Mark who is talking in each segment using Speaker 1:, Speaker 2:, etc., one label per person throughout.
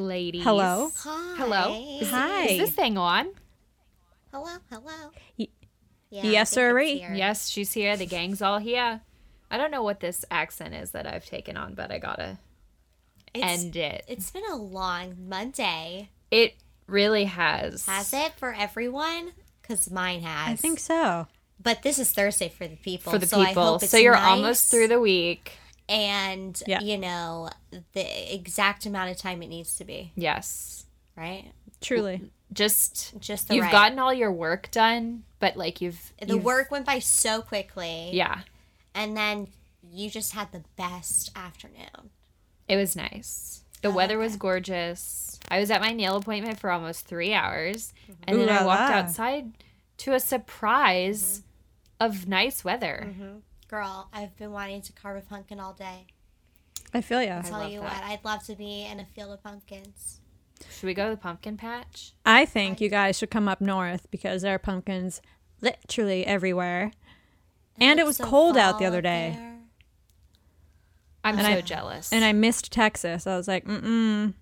Speaker 1: Hello?
Speaker 2: Hi.
Speaker 3: Hello?
Speaker 1: Hi.
Speaker 3: Is this thing on?
Speaker 2: Hello. Hello.
Speaker 1: Y-
Speaker 2: Yeah,
Speaker 1: yes,
Speaker 2: I think
Speaker 1: sirree.
Speaker 2: it's here.
Speaker 3: Yes, she's here. The gang's all here. I don't know what this accent is that I've taken on, but I gotta
Speaker 2: It's,
Speaker 3: end it.
Speaker 2: it's been a long Monday.
Speaker 3: It really has.
Speaker 2: Has it for everyone? Because mine has.
Speaker 1: I think so.
Speaker 2: But this is Thursday for the people.
Speaker 3: For the
Speaker 2: so I
Speaker 3: people.
Speaker 2: hope it's
Speaker 3: So you're
Speaker 2: nice
Speaker 3: almost through the week.
Speaker 2: And,
Speaker 1: Yeah.
Speaker 2: you know, the exact amount of time it needs to be,
Speaker 3: Yes.
Speaker 2: right?
Speaker 1: Truly.
Speaker 3: Just
Speaker 2: Just the
Speaker 3: you've
Speaker 2: right.
Speaker 3: gotten all your work done, but like you've
Speaker 2: the
Speaker 3: you've-
Speaker 2: work went by so quickly.
Speaker 3: Yeah.
Speaker 2: And then you just had the best afternoon.
Speaker 3: It was nice. The
Speaker 2: I
Speaker 3: weather
Speaker 2: like
Speaker 3: was gorgeous. I was at my nail appointment for almost three hours, and
Speaker 1: Ooh
Speaker 3: then I
Speaker 1: la
Speaker 3: walked
Speaker 1: la.
Speaker 3: outside to a surprise
Speaker 1: Mm-hmm.
Speaker 3: of nice weather.
Speaker 2: Girl, I've been wanting to carve a pumpkin all day.
Speaker 1: I feel you.
Speaker 2: I'll tell
Speaker 3: love
Speaker 2: you
Speaker 3: that.
Speaker 2: what, I'd love to be in a field of pumpkins.
Speaker 3: Should we go to the pumpkin patch?
Speaker 1: I think you guys should come up north because there are pumpkins literally everywhere. And it was
Speaker 2: It's so
Speaker 1: cold out
Speaker 2: fall
Speaker 1: the other
Speaker 2: up
Speaker 1: day.
Speaker 2: there.
Speaker 3: I'm
Speaker 1: And
Speaker 3: so
Speaker 1: I-
Speaker 3: jealous.
Speaker 1: And I missed Texas. I was like, mm mm.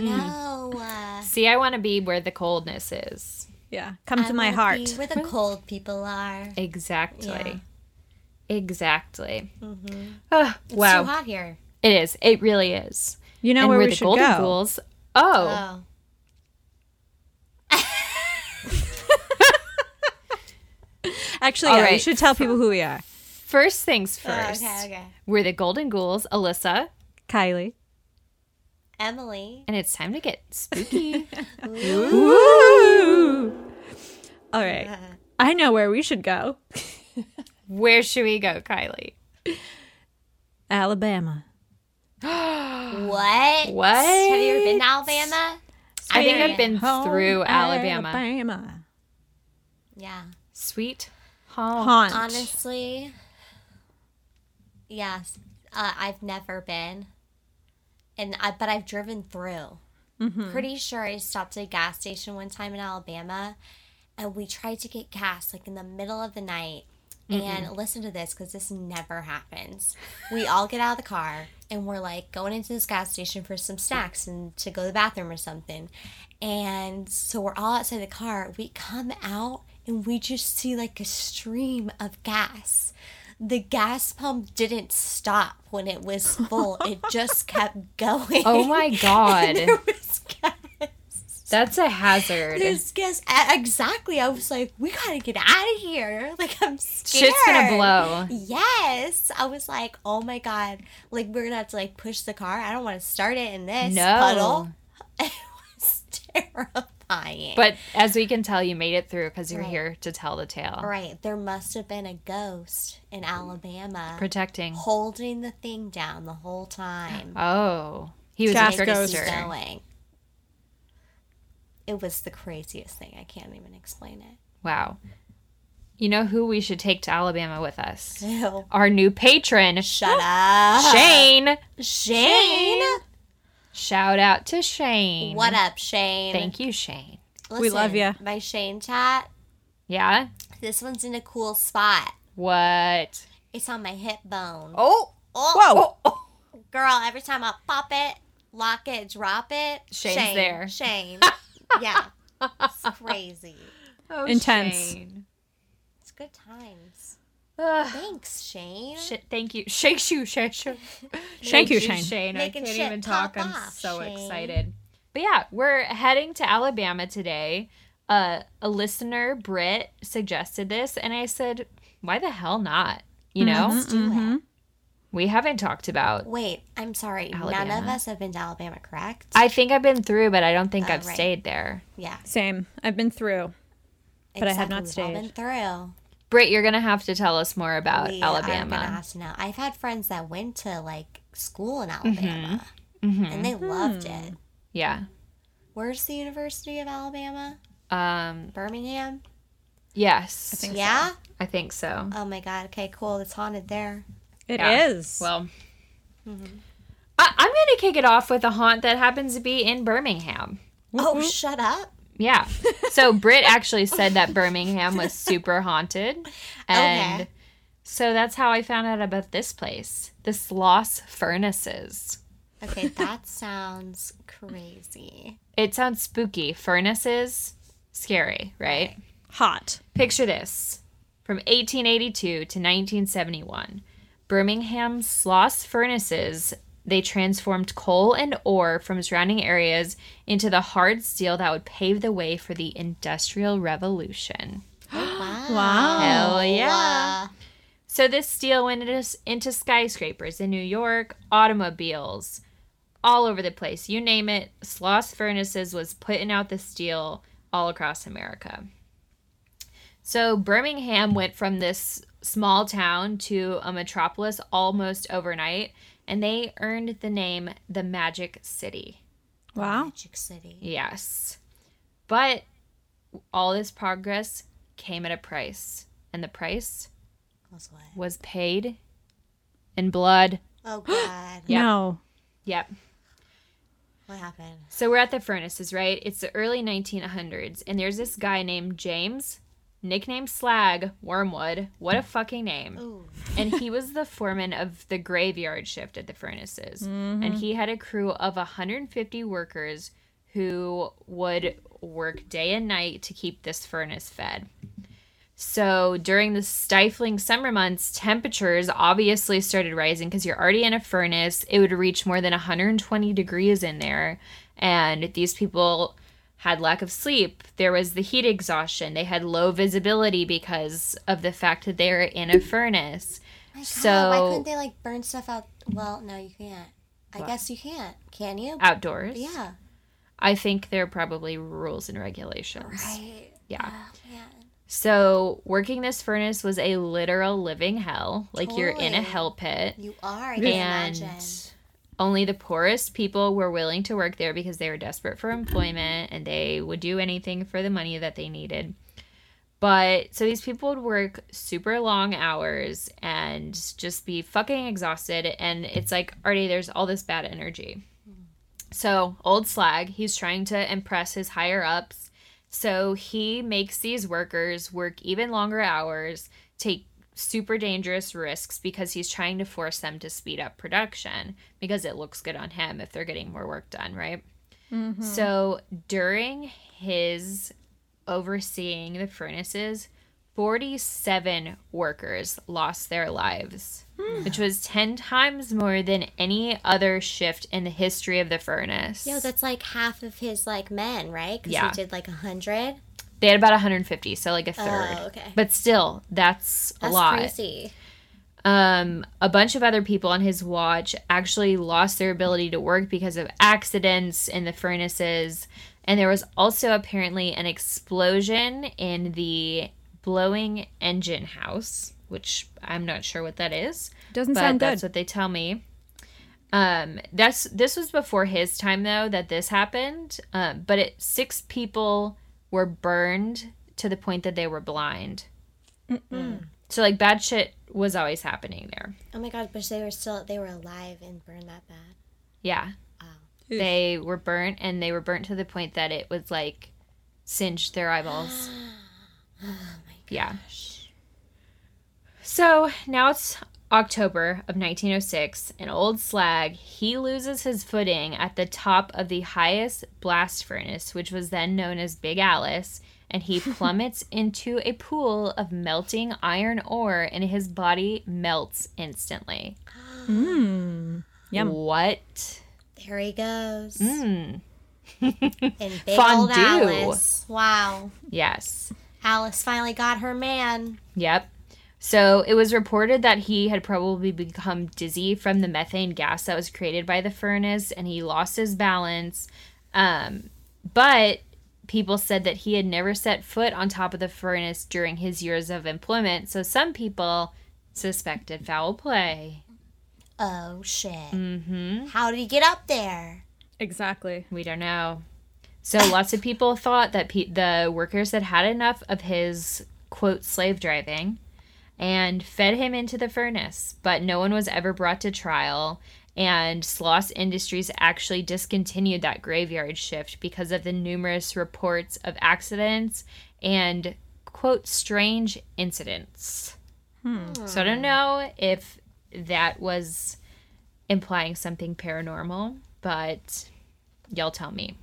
Speaker 2: No. Uh,
Speaker 3: see. I want to be where the coldness is.
Speaker 1: Yeah. Come
Speaker 2: I
Speaker 1: to my
Speaker 2: wanna
Speaker 1: heart.
Speaker 2: Be where the cold people are.
Speaker 3: Exactly. Exactly.
Speaker 2: Mm-hmm.
Speaker 3: Ah,
Speaker 2: It's
Speaker 3: wow.
Speaker 2: too hot here.
Speaker 3: It is. It really is.
Speaker 1: you know
Speaker 3: and
Speaker 1: where
Speaker 3: we're
Speaker 1: we
Speaker 3: the
Speaker 1: should
Speaker 3: golden
Speaker 1: go?
Speaker 3: ghouls. Oh,
Speaker 2: Oh.
Speaker 1: Actually,
Speaker 3: All
Speaker 1: yeah, we
Speaker 3: right.
Speaker 1: should tell people who we are.
Speaker 3: first things
Speaker 2: Oh,
Speaker 3: first.
Speaker 2: okay, okay.
Speaker 3: We're the Golden Ghouls, Alyssa,
Speaker 1: Kylie.
Speaker 2: Emily.
Speaker 3: and it's time to get spooky.
Speaker 1: Woo! All right. I know where we should go.
Speaker 3: Where should we go, Kylie?
Speaker 1: Alabama.
Speaker 2: What?
Speaker 3: What?
Speaker 2: Have you ever been to Alabama?
Speaker 3: I think I've
Speaker 2: Sweet
Speaker 3: been
Speaker 1: Home,
Speaker 3: through Alabama.
Speaker 1: Alabama.
Speaker 2: Yeah.
Speaker 3: Sweet home.
Speaker 1: Haunt.
Speaker 2: Honestly, yes. Uh, I've never been, and I but I've driven through.
Speaker 3: Mm-hmm.
Speaker 2: Pretty sure I stopped at a gas station one time in Alabama, and we tried to get gas like in the middle of the night.
Speaker 3: Mm-hmm.
Speaker 2: And listen to this because this never happens. We all get out of the car and we're like going into this gas station for some snacks and to go to the bathroom or something. And so we're all outside the car. We come out and we just see like a stream of gas. The gas pump didn't stop when it was full, it just kept going.
Speaker 3: Oh my
Speaker 2: And there
Speaker 3: god.
Speaker 2: was gas.
Speaker 3: That's a hazard.
Speaker 2: There's gas. e- Exactly. I was like, we gotta get out of here. Like, I'm scared.
Speaker 3: Shit's gonna blow.
Speaker 2: Yes. I was like, oh my God. Like, we're gonna have to, like, push the car. I don't wanna start it in this
Speaker 3: No.
Speaker 2: puddle. It was terrifying.
Speaker 3: But as we can tell, you made it through because you're
Speaker 2: Right.
Speaker 3: here to tell the tale.
Speaker 2: right. There must have been a ghost in Alabama
Speaker 3: Protecting.
Speaker 2: holding the thing down the whole time.
Speaker 3: Oh. He was
Speaker 1: Gas
Speaker 3: a
Speaker 1: ghost.
Speaker 2: Keep
Speaker 3: trickster.
Speaker 2: Going. It was the craziest thing. I can't even explain it.
Speaker 3: Wow. You know who we should take to Alabama with us?
Speaker 2: Ew.
Speaker 3: Our new patron,
Speaker 2: Shut up.
Speaker 3: Shane.
Speaker 2: Shane.
Speaker 3: Shout out to Shane.
Speaker 2: What up, Shane?
Speaker 3: Thank you, Shane.
Speaker 1: We love ya.
Speaker 2: My Shane chat.
Speaker 3: Yeah?
Speaker 2: This one's in a cool spot.
Speaker 3: What?
Speaker 2: It's on my hip bone.
Speaker 3: Oh.
Speaker 1: Whoa.
Speaker 2: Girl, every time I pop it, lock it, drop it,
Speaker 3: Shane's
Speaker 2: Shane,
Speaker 3: there.
Speaker 2: Shane. yeah. It's crazy.
Speaker 3: Oh,
Speaker 1: Intense.
Speaker 3: Shane.
Speaker 2: It's good times.
Speaker 3: Ugh.
Speaker 2: Thanks, Shane.
Speaker 3: Shit, thank you. Shake you, shake you.
Speaker 1: Thank you, Shane.
Speaker 3: I
Speaker 2: Making
Speaker 3: can't
Speaker 2: shit
Speaker 3: even talk.
Speaker 2: pop
Speaker 3: I'm
Speaker 2: off,
Speaker 3: so
Speaker 2: Shane.
Speaker 3: excited. But yeah, we're heading to Alabama today. Uh, a listener, Britt, suggested this, and I said, why the hell not? You know,
Speaker 2: Let's do it.
Speaker 3: we haven't talked about.
Speaker 2: Wait, I'm sorry. None of
Speaker 3: Alabama.
Speaker 2: us have been to Alabama, correct?
Speaker 3: I think I've been through, but I don't think
Speaker 2: Oh,
Speaker 3: I've
Speaker 2: right.
Speaker 3: stayed there.
Speaker 2: yeah.
Speaker 1: Same. I've been through. But I have not
Speaker 2: Exactly. We've all
Speaker 1: stayed.
Speaker 2: been through.
Speaker 3: Britt, you're gonna have to tell us more about
Speaker 2: we Are gonna
Speaker 3: Alabama.
Speaker 2: have to know. I've had friends that went to like school in Alabama and they loved it.
Speaker 3: Yeah.
Speaker 2: Where's the University of Alabama?
Speaker 3: Um.
Speaker 2: Birmingham?
Speaker 3: Yes. I
Speaker 1: think- so.
Speaker 2: Yeah?
Speaker 3: I think so.
Speaker 2: Oh my god, okay, cool. It's haunted there.
Speaker 1: It is.
Speaker 3: Yeah. Well, Mm-hmm. I, I'm going to kick it off with a haunt that happens to be in Birmingham.
Speaker 2: Oh shut up.
Speaker 3: Yeah. So Britt actually said that Birmingham was super haunted. And
Speaker 2: Okay.
Speaker 3: so that's how I found out about this place the Sloss Furnaces.
Speaker 2: Okay, that sounds crazy.
Speaker 3: It sounds spooky. Furnaces, scary, right?
Speaker 1: Hot.
Speaker 3: Picture this from 1882 to 1971. Birmingham Sloss furnaces, they transformed coal and ore from surrounding areas into the hard steel that would pave the way for the Industrial Revolution.
Speaker 2: Wow.
Speaker 1: Wow.
Speaker 3: Hell yeah. Oh, So this steel went into, into skyscrapers in New York, automobiles, all over the place. You name it, Sloss Furnaces was putting out the steel all across America. So Birmingham went from this small town to a metropolis almost overnight, and they earned the name the Magic City.
Speaker 1: Wow.
Speaker 2: Magic City.
Speaker 3: Yes. But all this progress came at a price, and the price
Speaker 2: Was what?
Speaker 3: was paid in blood.
Speaker 2: Oh God.
Speaker 1: No.
Speaker 3: Yep.
Speaker 2: What happened?
Speaker 3: So we're at the furnaces, right? It's the early 1900s, and there's this guy named James, nicknamed Slag, Wormwood. What a fucking name.
Speaker 2: Ooh.
Speaker 3: and he was the foreman of the graveyard shift at the furnaces. And he had a crew of 150 workers who would work day and night to keep this furnace fed. So during the stifling summer months, temperatures obviously started rising because you're already in a furnace. It would reach more than 120 degrees in there. And these people had lack of sleep. There was the heat exhaustion. They had low visibility because of the fact that they were in a furnace.
Speaker 2: My God, why
Speaker 3: so
Speaker 2: couldn't they like burn stuff out? Well, no, you can't. I guess you can't. Can you?
Speaker 3: outdoors.
Speaker 2: yeah.
Speaker 3: I think there are probably rules and regulations.
Speaker 2: Right.
Speaker 3: Yeah.
Speaker 2: Oh, man.
Speaker 3: So working this furnace was a literal living hell. Like you're in a
Speaker 2: Totally.
Speaker 3: hell pit.
Speaker 2: You are. I can
Speaker 3: and
Speaker 2: imagine.
Speaker 3: only the poorest people were willing to work there because they were desperate for employment and they would do anything for the money that they needed. But so these people would work super long hours and just be fucking exhausted. And it's like already there's all this bad energy. So, old slag, he's trying to impress his higher ups. So, he makes these workers work even longer hours, take super dangerous risks because he's trying to force them to speed up production because it looks good on him if they're getting more work done, right? So, during his overseeing the furnaces, 47 workers lost their lives, which was 10 times more than any other shift in the history of the furnace.
Speaker 2: Yo, that's like half of his like men, right? Because
Speaker 3: Yeah.
Speaker 2: he did like a hundred.
Speaker 3: they had about 150, so like a third.
Speaker 2: Oh, okay.
Speaker 3: But still, that's,
Speaker 2: That's
Speaker 3: a lot.
Speaker 2: crazy.
Speaker 3: Um, a bunch of other people on his watch actually lost their ability to work because of accidents in the furnaces. And there was also apparently an explosion in the blowing engine house, which I'm not sure what that is,
Speaker 1: Doesn't
Speaker 3: but
Speaker 1: sound good.
Speaker 3: that's what they tell me. Um, that's this was before his time though that this happened. Um, but it, six people were burned to the point that they were blind. So like bad shit was always happening there.
Speaker 2: Oh my God! But they were still they were alive and burned that bad.
Speaker 3: Yeah.
Speaker 1: Oof.
Speaker 3: They were burnt and they were burnt to the point that it was like singed their eyeballs. Yeah. So now it's October of 1906, and old slag, he loses his footing at the top of the highest blast furnace, which was then known as Big Alice, and he plummets into a pool of melting iron ore, and his body melts instantly.
Speaker 1: Yum.
Speaker 3: What?
Speaker 2: There he goes.
Speaker 3: Mm.
Speaker 2: And big old
Speaker 3: Fondue.
Speaker 2: Alice. Wow.
Speaker 3: Yes.
Speaker 2: Alice finally got her man.
Speaker 3: Yep. So it was reported that he had probably become dizzy from the methane gas that was created by the furnace and he lost his balance. Um, but people said that he had never set foot on top of the furnace during his years of employment. So some people suspected foul play.
Speaker 2: Oh shit.
Speaker 3: Mm-hmm.
Speaker 2: How did he get up there?
Speaker 1: Exactly.
Speaker 3: We don't know. So lots of people thought that pe- the workers had had enough of his quote slave driving and fed him into the furnace, but no one was ever brought to trial. And Sloss Industries actually discontinued that graveyard shift because of the numerous reports of accidents and quote strange incidents. So I don't know if that was implying something paranormal, but y'all tell me.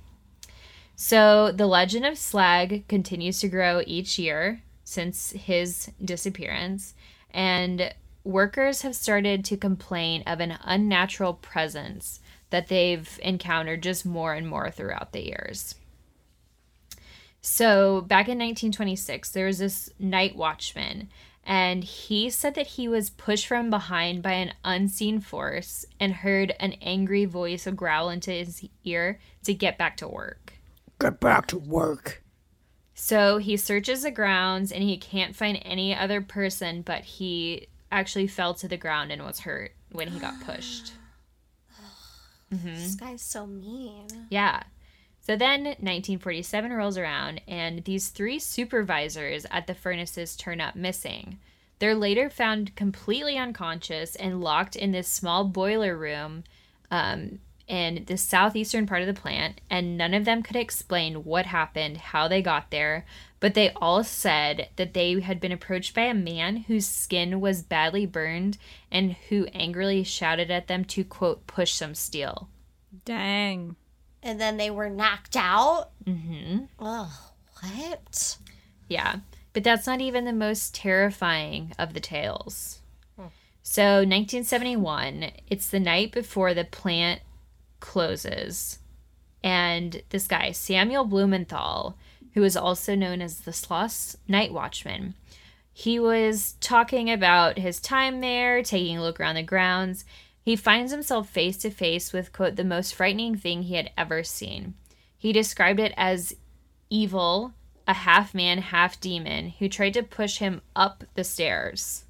Speaker 3: So the legend of Slag continues to grow each year since his disappearance, and workers have started to complain of an unnatural presence that they've encountered just more and more throughout the years. So back in 1926, there was this night watchman, and he said that he was pushed from behind by an unseen force and heard an angry voice growl into his ear to get back to work.
Speaker 1: Get back to work.
Speaker 3: So he searches the grounds and he can't find any other person, but he actually fell to the ground and was hurt when he got pushed. Mm-hmm.
Speaker 2: This guy's so mean.
Speaker 3: Yeah. So then 1947 rolls around, and these three supervisors at the furnaces turn up missing. They're later found completely unconscious and locked in this small boiler room um, in the southeastern part of the plant, and none of them could explain what happened, how they got there, but they all said that they had been approached by a man whose skin was badly burned and who angrily shouted at them to, quote, push some steel.
Speaker 1: Dang.
Speaker 2: And then they were knocked out.
Speaker 3: hmm.
Speaker 2: Oh, what?
Speaker 3: Yeah, but that's not even the most terrifying of the tales. So, 1971, it's the night before the plant closes. And this guy, Samuel Blumenthal, who is also known as the Sloss Night Watchman, he was talking about his time there, taking a look around the grounds. He finds himself face to face with, quote, the most frightening thing he had ever seen. He described it as evil, a half man, half demon, who tried to push him up the stairs.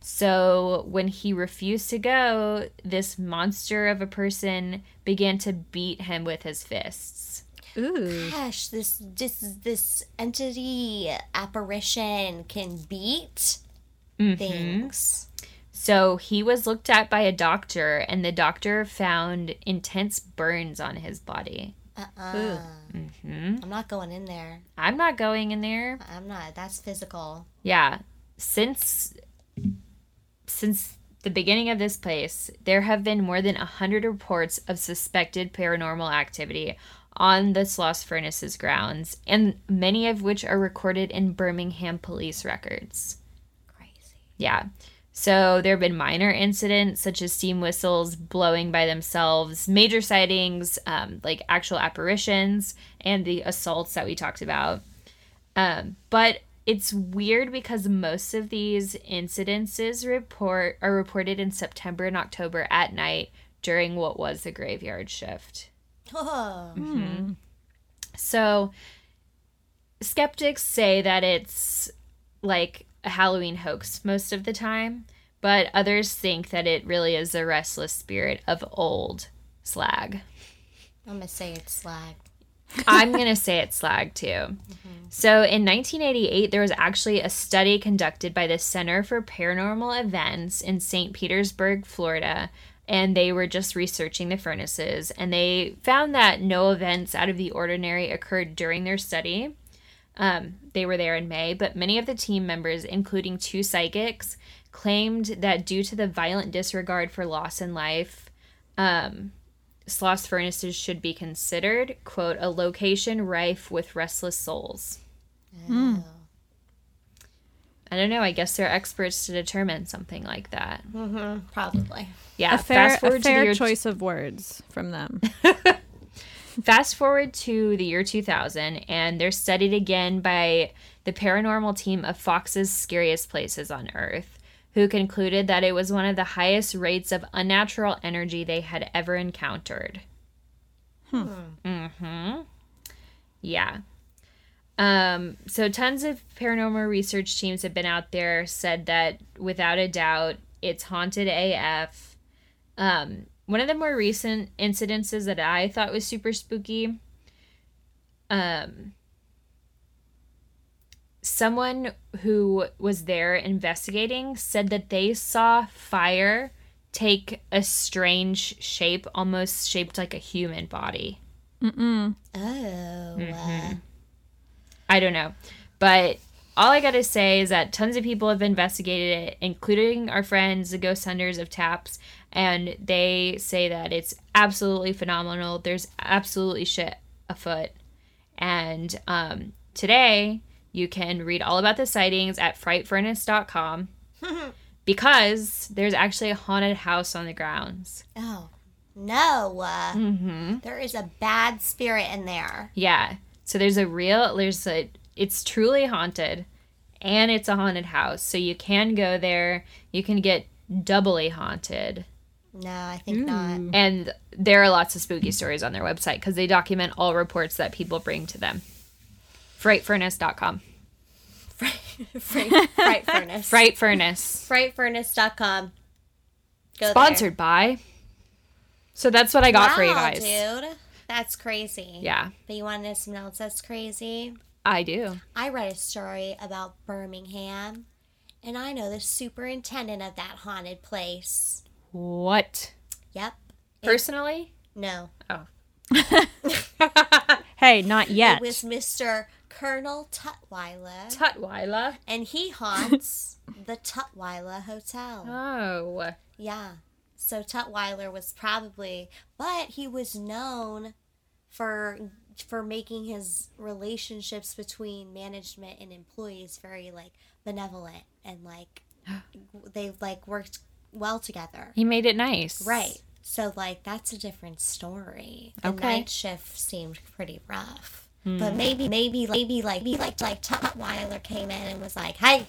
Speaker 3: So when he refused to go, this monster of a person began to beat him with his fists.
Speaker 1: Ooh.
Speaker 2: Gosh, this this this entity apparition can beat things.
Speaker 3: So he was looked at by a doctor, and the doctor found intense burns on his body.
Speaker 2: Uh uh
Speaker 1: Ooh.
Speaker 2: I'm not going in there.
Speaker 3: I'm not going in there.
Speaker 2: I'm not. That's physical.
Speaker 3: yeah since since the beginning of this place there have been more than 100 reports of suspected paranormal activity on the Sloss Furnaces grounds, and many of which are recorded in Birmingham police records.
Speaker 2: Crazy.
Speaker 3: Yeah. So there have been minor incidents such as steam whistles blowing by themselves, major sightings, um, like actual apparitions, and the assaults that we talked about. Um, but it's weird because most of these incidences report are reported in September and October at night during what was the graveyard shift.
Speaker 2: Oh,
Speaker 3: So skeptics say that it's like a Halloween hoax most of the time, but others think that it really is the restless spirit of old slag.
Speaker 2: I'm gonna say it's slag.
Speaker 3: I'm going to say it's slag too. So in 1988, there was actually a study conducted by the Center for Paranormal Events in St. Petersburg, Florida. And they were just researching the furnaces. And they found that no events out of the ordinary occurred during their study. Um, they were there in May, but many of the team members, including two psychics, claimed that due to the violent disregard for loss in life, um, Sloss furnaces should be considered, quote, a location rife with restless souls. I don't know. I guess they're experts to determine something like that.
Speaker 2: Oh, probably.
Speaker 3: Yeah.
Speaker 1: A fair,
Speaker 3: fast forward
Speaker 1: a fair
Speaker 3: to the year,
Speaker 1: choice of words from them.
Speaker 3: fast forward to the year 2000, and they're studied again by the paranormal team of Fox's Scariest Places on Earth, who concluded that it was one of the highest rates of unnatural energy they had ever encountered. Mm-hmm. Yeah. Um, so tons of paranormal research teams have been out there said that without a doubt it's haunted AF. Um, one of the more recent incidences that I thought was super spooky. Um, someone who was there investigating said that they saw fire take a strange shape, almost shaped like a human body.
Speaker 2: Oh, uh,
Speaker 3: I don't know. But all I gotta say is that tons of people have investigated it, including our friends, the ghost hunters of TAPS, and they say that it's absolutely phenomenal. There's absolutely shit afoot. And um, today, you can read all about the sightings at frightfurnace.com because there's actually a haunted house on the grounds.
Speaker 2: Oh, no. Uh, there is a bad spirit in there.
Speaker 3: Yeah. So there's a real, there's a, it's truly haunted and it's a haunted house. So you can go there, you can get doubly haunted.
Speaker 2: No, I think not.
Speaker 3: And there are lots of spooky stories on their website because they document all reports that people bring to them. Frightfurnace.com.
Speaker 2: Fright, fright, fright furnace.
Speaker 3: Fright Furnace.
Speaker 2: Frightfurnace.com. Go there.
Speaker 3: Sponsored by. So that's what I got for you
Speaker 2: Wow,
Speaker 3: guys.
Speaker 2: dude. That's crazy.
Speaker 3: Yeah,
Speaker 2: But you want to know something else that's crazy?
Speaker 3: I do.
Speaker 2: I read a story about Birmingham, and I know the superintendent of that haunted place.
Speaker 3: What?
Speaker 2: Yep.
Speaker 3: Personally?
Speaker 2: No.
Speaker 3: Oh.
Speaker 1: Hey, not
Speaker 2: It
Speaker 1: yet.
Speaker 2: was Mr. Colonel Tutwiler,
Speaker 3: Tutwila.
Speaker 2: and he haunts the Tutwiler Hotel.
Speaker 3: Oh.
Speaker 2: Yeah. So Tutwiler was probably, but he was known for for making his relationships between management and employees very like benevolent and like they like worked well together.
Speaker 3: He made it nice.
Speaker 2: Right. So like that's a different story. The
Speaker 3: Okay.
Speaker 2: night shift seemed pretty rough. But maybe maybe maybe like maybe like like Tutwiler came in and was like, Hey,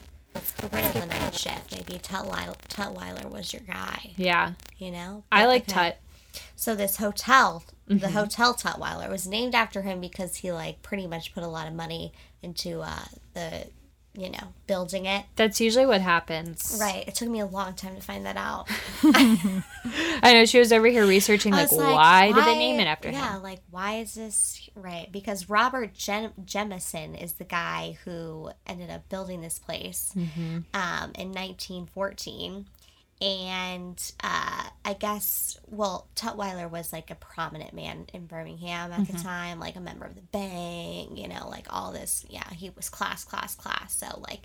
Speaker 2: we're gonna do the night shift. Maybe Tutwiler Tutwiler was your guy,
Speaker 3: Yeah.
Speaker 2: you know?
Speaker 3: I
Speaker 2: But,
Speaker 3: like
Speaker 2: okay.
Speaker 3: Tut. Mm-hmm.
Speaker 2: So this hotel the hotel Tutwiler was named after him because he like pretty much put a lot of money into uh the you know, building it.
Speaker 3: That's usually what happens.
Speaker 2: Right. It took me a long time to find that out.
Speaker 3: I know she was over here researching,
Speaker 2: I
Speaker 3: like,
Speaker 2: was
Speaker 3: why, did they name it after
Speaker 2: Yeah,
Speaker 3: him?
Speaker 2: like why is this right? Because Robert Jem- Jemison is the guy who ended up building this place
Speaker 3: Mm-hmm.
Speaker 2: um, in 1914, and uh, I guess well, Tutwiler was like a prominent man in Birmingham at
Speaker 3: Mm-hmm.
Speaker 2: the time, like a member of the Bang, you know, like all this. Yeah, he was class, class, class. So like.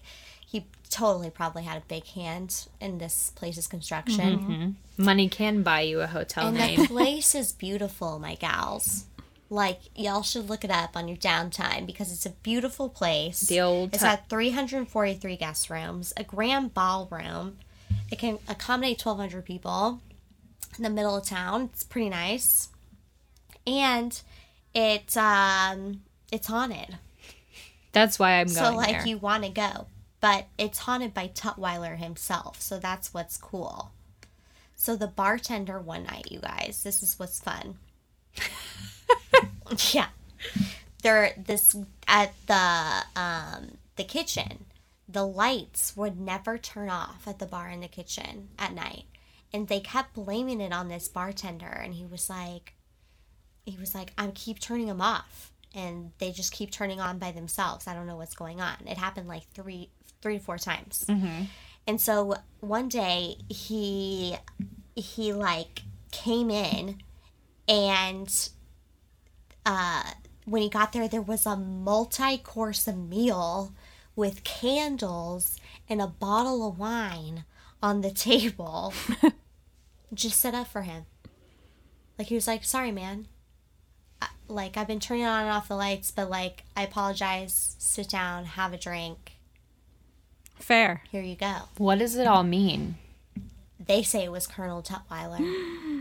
Speaker 2: He totally probably had a big hand in this place's
Speaker 3: Mm-hmm.
Speaker 2: construction.
Speaker 3: Money can buy you a hotel
Speaker 2: And
Speaker 3: name.
Speaker 2: the place is beautiful, my gals. Like y'all should look it up on your downtime because it's a beautiful place.
Speaker 3: The old
Speaker 2: It's
Speaker 3: tu-
Speaker 2: got 343 guest rooms, a grand ballroom. It can accommodate 1,200 people in the middle of town. It's pretty nice, and it's um it's haunted.
Speaker 3: That's why I'm going
Speaker 2: So like
Speaker 3: there.
Speaker 2: you want to go, but it's haunted by Tutwiler himself. So that's what's cool. So the bartender one night, you guys, this is what's fun. yeah, there this at the um the kitchen. The lights would never turn off at the bar in the kitchen at night, and they kept blaming it on this bartender. And he was like, he was like, I keep turning them off, and they just keep turning on by themselves. I don't know what's going on. It happened like three, three to four times. And so one day he, he like came in, and uh, when he got there, there was a multi-course meal with candles and a bottle of wine on the table, just set up for him. Like he was like, "Sorry, man. I, like I've been turning on and off the lights, but like I apologize. Sit down, have a drink.
Speaker 1: Fair.
Speaker 2: Here you go."
Speaker 3: what does it all mean?
Speaker 2: They say it was Colonel Tutwiler,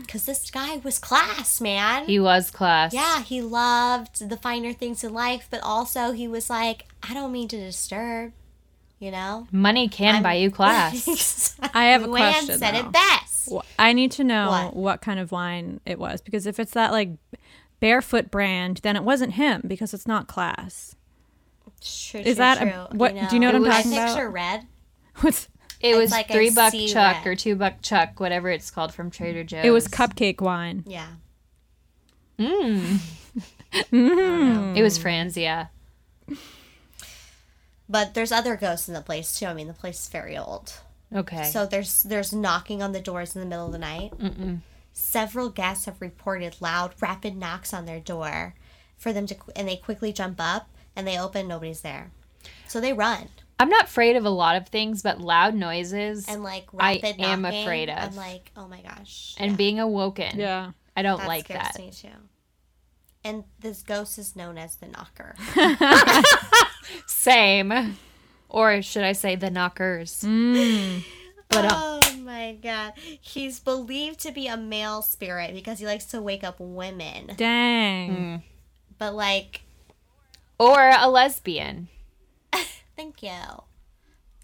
Speaker 2: because this guy was class, man.
Speaker 3: He was class.
Speaker 2: yeah, he loved the finer things in life, but also he was like, "I don't mean to disturb," you know.
Speaker 3: Money can buy you class.
Speaker 1: I have a
Speaker 2: Luann
Speaker 1: question.
Speaker 2: said
Speaker 1: though.
Speaker 2: it best.
Speaker 1: Wh- I need to know
Speaker 2: What?
Speaker 1: what? kind of wine it was because if it's that like barefoot brand, then it wasn't him because it's not class.
Speaker 2: True,
Speaker 1: Is that a- what- do you know what
Speaker 3: I'm
Speaker 2: I
Speaker 3: talking
Speaker 1: about?
Speaker 2: picture red.
Speaker 1: What's
Speaker 3: it was
Speaker 2: like a
Speaker 3: three buck
Speaker 2: sea
Speaker 3: chuck
Speaker 2: rat.
Speaker 3: or two buck chuck, whatever it's called from Trader Joe's.
Speaker 1: it was cupcake wine.
Speaker 2: Yeah.
Speaker 3: Hmm. It
Speaker 1: Hmm.
Speaker 3: was Franzia.
Speaker 2: But there's other ghosts in the place too. I mean, the place is very old.
Speaker 3: Okay.
Speaker 2: So there's there's knocking on the doors in the middle of the night. Mm-mm. Several guests have reported loud, rapid knocks on their door for them to, and they quickly jump up and they open. Nobody's there, so they run.
Speaker 3: I'm not afraid of a lot of things, but loud noises
Speaker 2: and like
Speaker 3: I
Speaker 2: rapid
Speaker 3: am
Speaker 2: knocking,
Speaker 3: afraid of.
Speaker 2: I'm like, oh my gosh.
Speaker 3: and
Speaker 2: Yeah.
Speaker 3: being awoken.
Speaker 1: Yeah.
Speaker 3: I don't
Speaker 2: that
Speaker 3: like
Speaker 2: scares
Speaker 3: that.
Speaker 2: me too. And this ghost is known as the knocker.
Speaker 3: Same. Or should I say the knockers?
Speaker 1: Mm.
Speaker 3: But uh,
Speaker 2: oh my god, he's believed to be a male spirit because he likes to wake up women.
Speaker 1: Dang.
Speaker 2: But like,
Speaker 3: or a lesbian.
Speaker 2: thank you.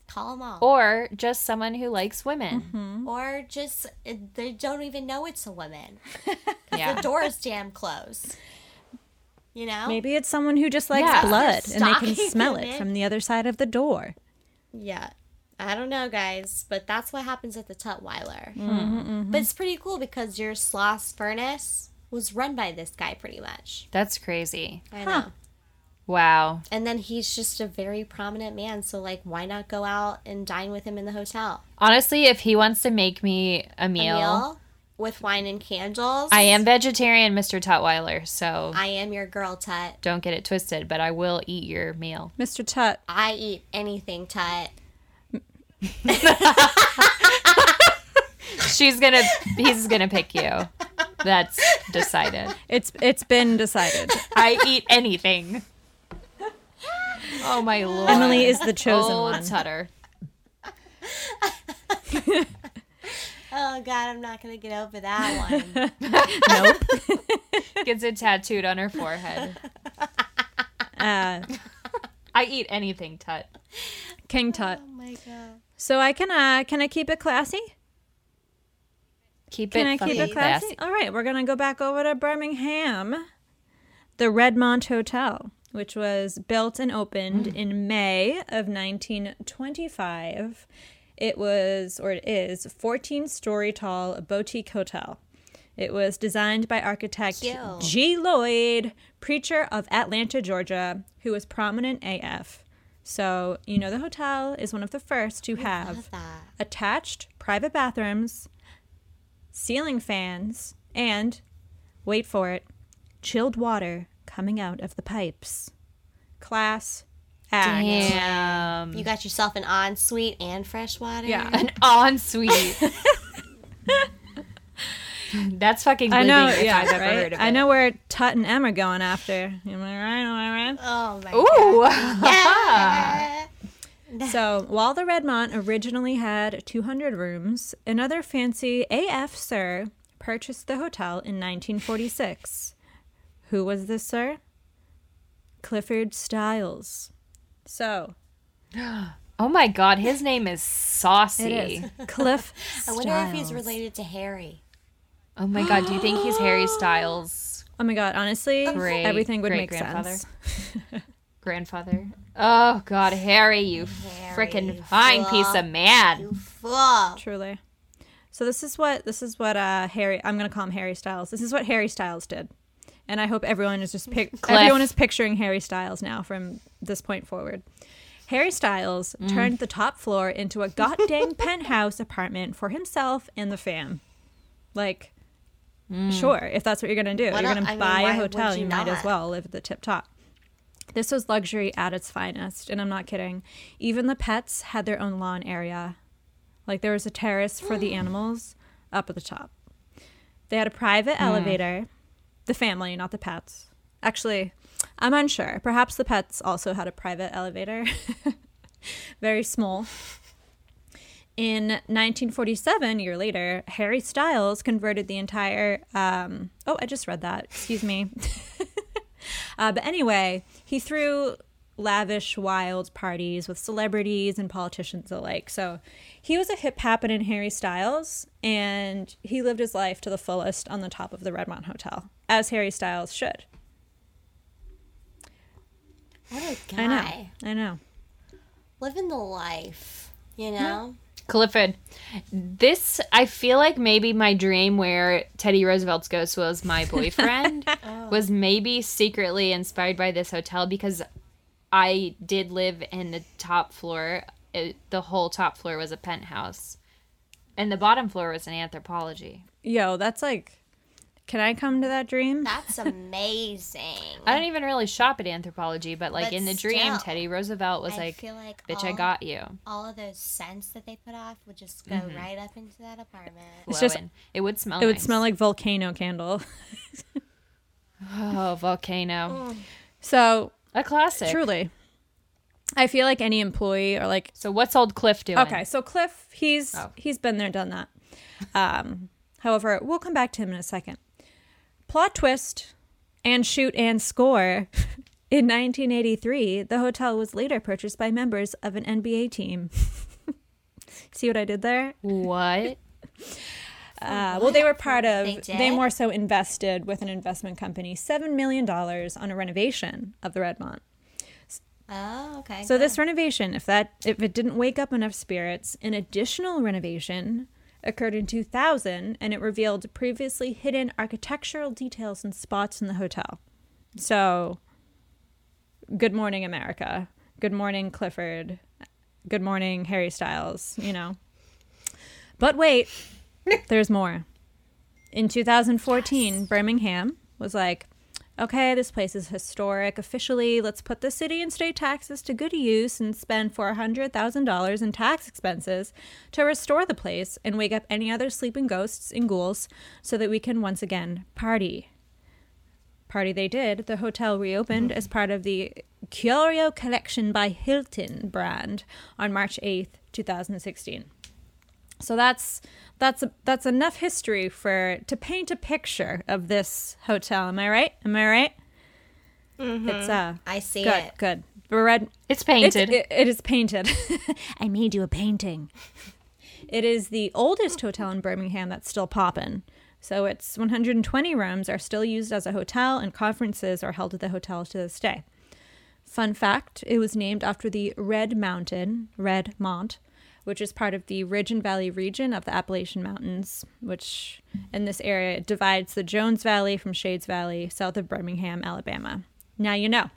Speaker 2: Call him off.
Speaker 3: Or just someone who likes women.
Speaker 1: Mm-hmm.
Speaker 2: Or just uh, they don't even know it's a woman. 'Cause
Speaker 3: Yeah.
Speaker 2: The door is damn closed. You know?
Speaker 1: Maybe it's someone who just likes
Speaker 3: Yeah.
Speaker 1: blood
Speaker 2: Just
Speaker 1: and they can
Speaker 2: stalking
Speaker 1: smell
Speaker 2: them
Speaker 1: it
Speaker 2: in.
Speaker 1: from the other side of the door.
Speaker 2: Yeah. I don't know, guys, but that's what happens at the Tutwiler. But it's pretty cool because your Sloss furnace was run by this guy pretty much.
Speaker 3: That's crazy.
Speaker 2: I
Speaker 1: Huh.
Speaker 2: know.
Speaker 3: Wow.
Speaker 2: And then he's just a very prominent man, so like why not go out and dine with him in the hotel?
Speaker 3: Honestly, if he wants to make me a
Speaker 2: A
Speaker 3: meal,
Speaker 2: meal with wine and candles.
Speaker 3: I am vegetarian, Mr. Tutwiler, so
Speaker 2: I am your girl, Tut.
Speaker 3: don't get it twisted, but I will eat your meal.
Speaker 1: Mr. Tut,
Speaker 2: I eat anything, Tut.
Speaker 3: She's gonna, he's gonna pick you. That's decided.
Speaker 1: it's it's been decided.
Speaker 3: I eat anything. Oh my lord.
Speaker 1: Emily is the chosen
Speaker 3: Old
Speaker 1: one.
Speaker 3: Tutter.
Speaker 2: Oh god, I'm not gonna get over that one.
Speaker 1: nope.
Speaker 3: Gets it tattooed on her forehead.
Speaker 1: Uh,
Speaker 3: I eat anything, Tut.
Speaker 1: King Tut.
Speaker 2: oh my god.
Speaker 1: So I can uh, can I keep it classy?
Speaker 3: Keep
Speaker 1: Can
Speaker 3: it
Speaker 1: I keep
Speaker 3: fucking
Speaker 1: it classy? All right, we're gonna go back over to Birmingham, the Redmont Hotel, which was built and opened
Speaker 2: Mm.
Speaker 1: in May of 1925. It was, or it is, 14 story tall boutique hotel. It was designed by architect
Speaker 2: Cute.
Speaker 1: G. Lloyd, preacher of Atlanta, Georgia, who was prominent AF. So, you know, the hotel is one of the first to have
Speaker 2: Love that.
Speaker 1: attached private bathrooms, ceiling fans, and wait for it, chilled water coming out of the pipes. Class act.
Speaker 3: Damn.
Speaker 2: You got yourself an ensuite and fresh water.
Speaker 1: Yeah.
Speaker 3: An ensuite. That's fucking
Speaker 1: I
Speaker 3: living
Speaker 1: know,
Speaker 3: if
Speaker 1: yeah,
Speaker 3: I've ever
Speaker 1: right?
Speaker 3: heard of it.
Speaker 1: I know where Tut and Em are going after. Am I right? Am I right?
Speaker 2: Oh my
Speaker 3: Ooh.
Speaker 2: god.
Speaker 1: So, while the Redmont originally had 200 rooms, another fancy AF sir purchased the hotel in 1946. Who was this sir? Clifford Stiles. So,
Speaker 3: Oh my god, his name is Saucy.
Speaker 1: it is Cliff
Speaker 2: I
Speaker 1: Stiles.
Speaker 2: wonder if he's related to Harry.
Speaker 3: Oh my god, do you think he's Harry Styles'
Speaker 1: Oh my god, honestly,
Speaker 3: Great-
Speaker 1: everything would
Speaker 3: great
Speaker 1: make
Speaker 3: grandfather.
Speaker 1: sense.
Speaker 3: grandfather? Oh god, Harry, you
Speaker 2: Harry,
Speaker 3: freaking fine piece of man.
Speaker 2: You fool.
Speaker 1: Truly. So this is what this is what uh Harry I'm going to call him Harry Styles. This is what Harry Styles did. And I hope everyone is just pic- everyone is picturing Harry Styles now from this point forward. Harry Styles
Speaker 3: Mm.
Speaker 1: turned the top floor into a goddamn penthouse apartment for himself and the fam. Like sure, if that's what you're going to do.
Speaker 2: Why
Speaker 1: you're
Speaker 2: not-
Speaker 1: going
Speaker 2: I
Speaker 1: to
Speaker 2: mean,
Speaker 1: buy
Speaker 2: why
Speaker 1: a
Speaker 2: would
Speaker 1: hotel,
Speaker 2: you
Speaker 1: you, might as
Speaker 2: not?
Speaker 1: well live at the tip top. This was luxury at its finest, and I'm not kidding. Even the pets had their own lawn area. Like there was a terrace for the animals up at the top. They had a private elevator, the family, not the pets. Actually, I'm unsure. Perhaps the pets also had a private elevator. Very small. In 1947, a year later, Harry Styles converted the entire. Um, oh, I just read that. Excuse me. Uh, but anyway, he threw lavish, wild parties with celebrities and politicians alike. So he was a hip happening Harry Styles, and he lived his life to the fullest on the top of the Redmont Hotel, as Harry Styles should.
Speaker 2: What a
Speaker 1: I know.
Speaker 2: guy.
Speaker 1: I know.
Speaker 2: Living the life, you know?
Speaker 3: Clifford. This I feel like maybe my dream where Teddy Roosevelt's ghost was my boyfriend
Speaker 1: Oh.
Speaker 3: was maybe secretly inspired by this hotel because I did live in the top floor. It, the whole top floor was a penthouse. And the bottom floor was an anthropology.
Speaker 1: Yo, that's like Can I come to that dream?
Speaker 2: That's amazing.
Speaker 3: I
Speaker 1: Oh.
Speaker 3: don't even really shop at anthropology, but like
Speaker 2: But
Speaker 3: in the dream,
Speaker 2: still,
Speaker 3: Teddy Roosevelt was
Speaker 2: I
Speaker 3: like,
Speaker 2: feel like
Speaker 3: "Bitch, I
Speaker 2: all-
Speaker 3: got you."
Speaker 2: all of those scents that they put off would just go right up into that apartment.
Speaker 1: It's just-
Speaker 3: Blowing. it would smell.
Speaker 1: It would
Speaker 3: nice.
Speaker 1: smell like volcano candle.
Speaker 3: oh volcano,
Speaker 1: Mm. So
Speaker 3: a classic.
Speaker 1: truly, I feel like any employee or like
Speaker 3: So what's old Cliff doing?
Speaker 1: okay. So Cliff, he's
Speaker 3: Oh.
Speaker 1: he's been there, done that. Um, however, we'll come back to him in a second. Plot twist and shoot and score. In 1983, the hotel was later purchased by members of an NBA team. See what I did there?
Speaker 3: what?
Speaker 1: Uh, well, they were part of.
Speaker 2: They
Speaker 1: They,
Speaker 2: did?
Speaker 1: more so invested with an investment company seven million dollars on a renovation of the Redmont.
Speaker 2: Oh, okay.
Speaker 1: So this renovation, if that if it didn't wake up enough spirits, an additional renovation occurred in 2000, and it revealed previously hidden architectural details and spots in the hotel. So, Good Morning America, Good Morning Clifford, Good Morning Harry Styles. You know. But wait, there's more. In 2014, Birmingham was like, okay, this place is historic officially. Let's put the city and state taxes to good use and spend $400,000 in tax expenses to restore the place and wake up any other sleeping ghosts and ghouls so that we can once again party. Party they did. The hotel reopened as part of the Curio Collection by Hilton brand on March 8th, 2016. So that's that's that's enough history for to paint a picture of this hotel. Am I right? Am I right? It's uh
Speaker 2: Mm-hmm. I see
Speaker 1: good,
Speaker 2: it.
Speaker 1: good. Red,
Speaker 3: It's
Speaker 1: it's,
Speaker 3: painted.
Speaker 1: it, it is painted. I made you a painting. It is the oldest hotel in Birmingham that's still poppin'. So its 120 rooms are still used as a hotel, and conferences are held at the hotel to this day. Fun fact: It was named after the Red Mountain, Red Mont, which is part of the Ridge and Valley region of the Appalachian Mountains, which in this area it divides the Jones Valley from Shades Valley, south of Birmingham, Alabama. Now you know.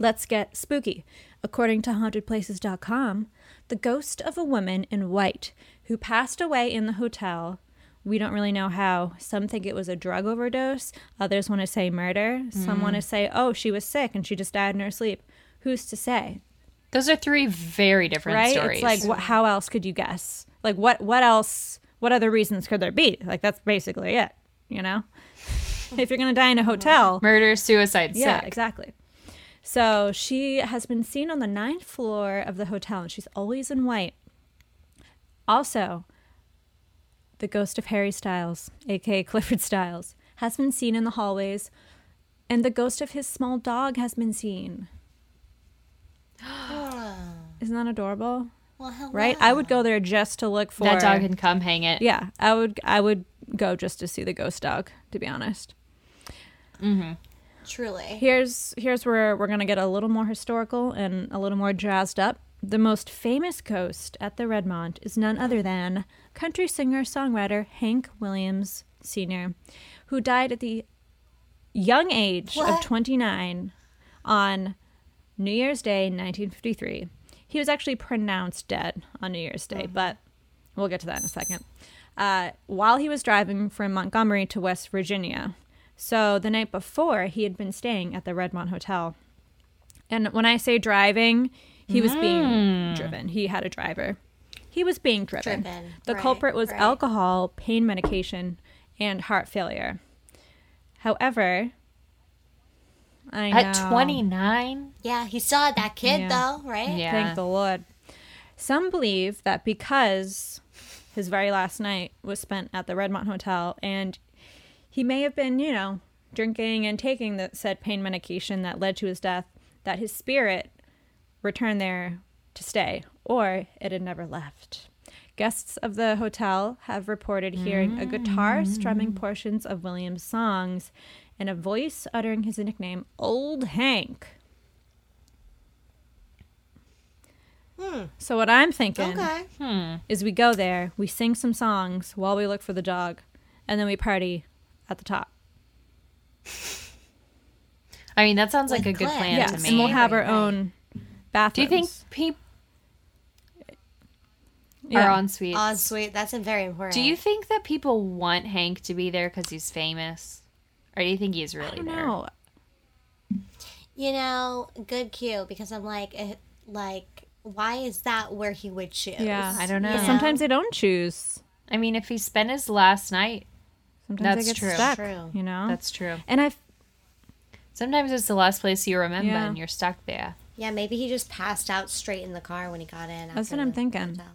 Speaker 1: Let's get spooky. According to hauntedplaces.com, the ghost of a woman in white who passed away in the hotel. We don't really know how. Some think it was a drug overdose. Others want to say murder. Some want to say, oh, she was sick and she just died in her sleep. Who's to say?
Speaker 3: Those are three very different
Speaker 1: right?
Speaker 3: stories.
Speaker 1: It's like, wh- how else could you guess? Like, what, what else, what other reasons could there be? Like, that's basically it, you know? if you're going to die in a hotel,
Speaker 3: murder, suicide,
Speaker 1: yeah,
Speaker 3: sick.
Speaker 1: exactly. So she has been seen on the ninth floor of the hotel, and she's always in white. Also, the ghost of Harry Styles, aka Clifford Styles, has been seen in the hallways, and the ghost of his small dog has been seen. Isn't that adorable?
Speaker 2: well, hello.
Speaker 1: Right? I would go there just to look for
Speaker 3: That dog can come hang it.
Speaker 1: yeah, I would. I would go just to see the ghost dog. To be honest.
Speaker 2: Truly.
Speaker 1: Here's here's where we're gonna get a little more historical and a little more jazzed up. The most famous ghost at the Redmont is none other than country singer songwriter Hank Williams Sr., who died at the young age of
Speaker 2: What?
Speaker 1: 29 on New Year's Day, 1953. He was actually pronounced dead on New Year's Day, but we'll get to that in a second. Uh, while he was driving from Montgomery to West Virginia. So the night before, he had been staying at the Redmont Hotel. And when I say driving, he was being driven. He had a driver. He was being driven.
Speaker 2: Driven,
Speaker 1: The
Speaker 2: right,
Speaker 1: culprit was
Speaker 2: right.
Speaker 1: alcohol, pain medication, and heart failure. However, I
Speaker 3: At
Speaker 1: know.
Speaker 3: 29,
Speaker 2: Yeah, he still had that kid
Speaker 1: Yeah.
Speaker 2: though, right?
Speaker 3: yeah,
Speaker 1: Thank the Lord. Some believe that because his very last night was spent at the Redmont Hotel and he may have been, you know, drinking and taking the said pain medication that led to his death, that his spirit returned there to stay or it had never left. Guests of the hotel have reported hearing a guitar strumming portions of Williams' songs and a voice uttering his nickname, Old Hank. So, what I'm thinking
Speaker 2: Okay.
Speaker 1: is we go there, we sing some songs while we look for the dog, and then we party at the top.
Speaker 3: I mean that sounds like a
Speaker 2: With
Speaker 3: good
Speaker 2: Cliff.
Speaker 3: plan
Speaker 2: Yeah,
Speaker 3: to
Speaker 1: Yes,
Speaker 3: me.
Speaker 1: and we'll have our
Speaker 2: Right, right.
Speaker 1: own bathrooms.
Speaker 3: Do you think people?
Speaker 1: Yeah.
Speaker 3: Or en suite.
Speaker 2: En suite. Oh, That's very important.
Speaker 3: Do you think that people want Hank to be there because he's famous? Or do you think he's really
Speaker 1: I don't
Speaker 3: there?
Speaker 1: know.
Speaker 2: You know, good cue because I'm like, eh, like, why is that where he would choose?
Speaker 1: Yeah,
Speaker 3: I don't
Speaker 2: You
Speaker 3: know.
Speaker 1: But sometimes they don't choose.
Speaker 3: I mean, if he spent his last night,
Speaker 1: Sometimes
Speaker 3: That's
Speaker 1: they get
Speaker 3: true.
Speaker 1: stuck.
Speaker 2: True.
Speaker 1: You know.
Speaker 3: that's true.
Speaker 1: and I.
Speaker 3: Sometimes it's the last place you remember
Speaker 1: Yeah.
Speaker 3: and you're stuck there.
Speaker 2: Yeah, maybe he just passed out straight in the car when he got in.
Speaker 1: That's
Speaker 2: after
Speaker 1: what I'm
Speaker 2: the
Speaker 1: thinking.
Speaker 2: hotel.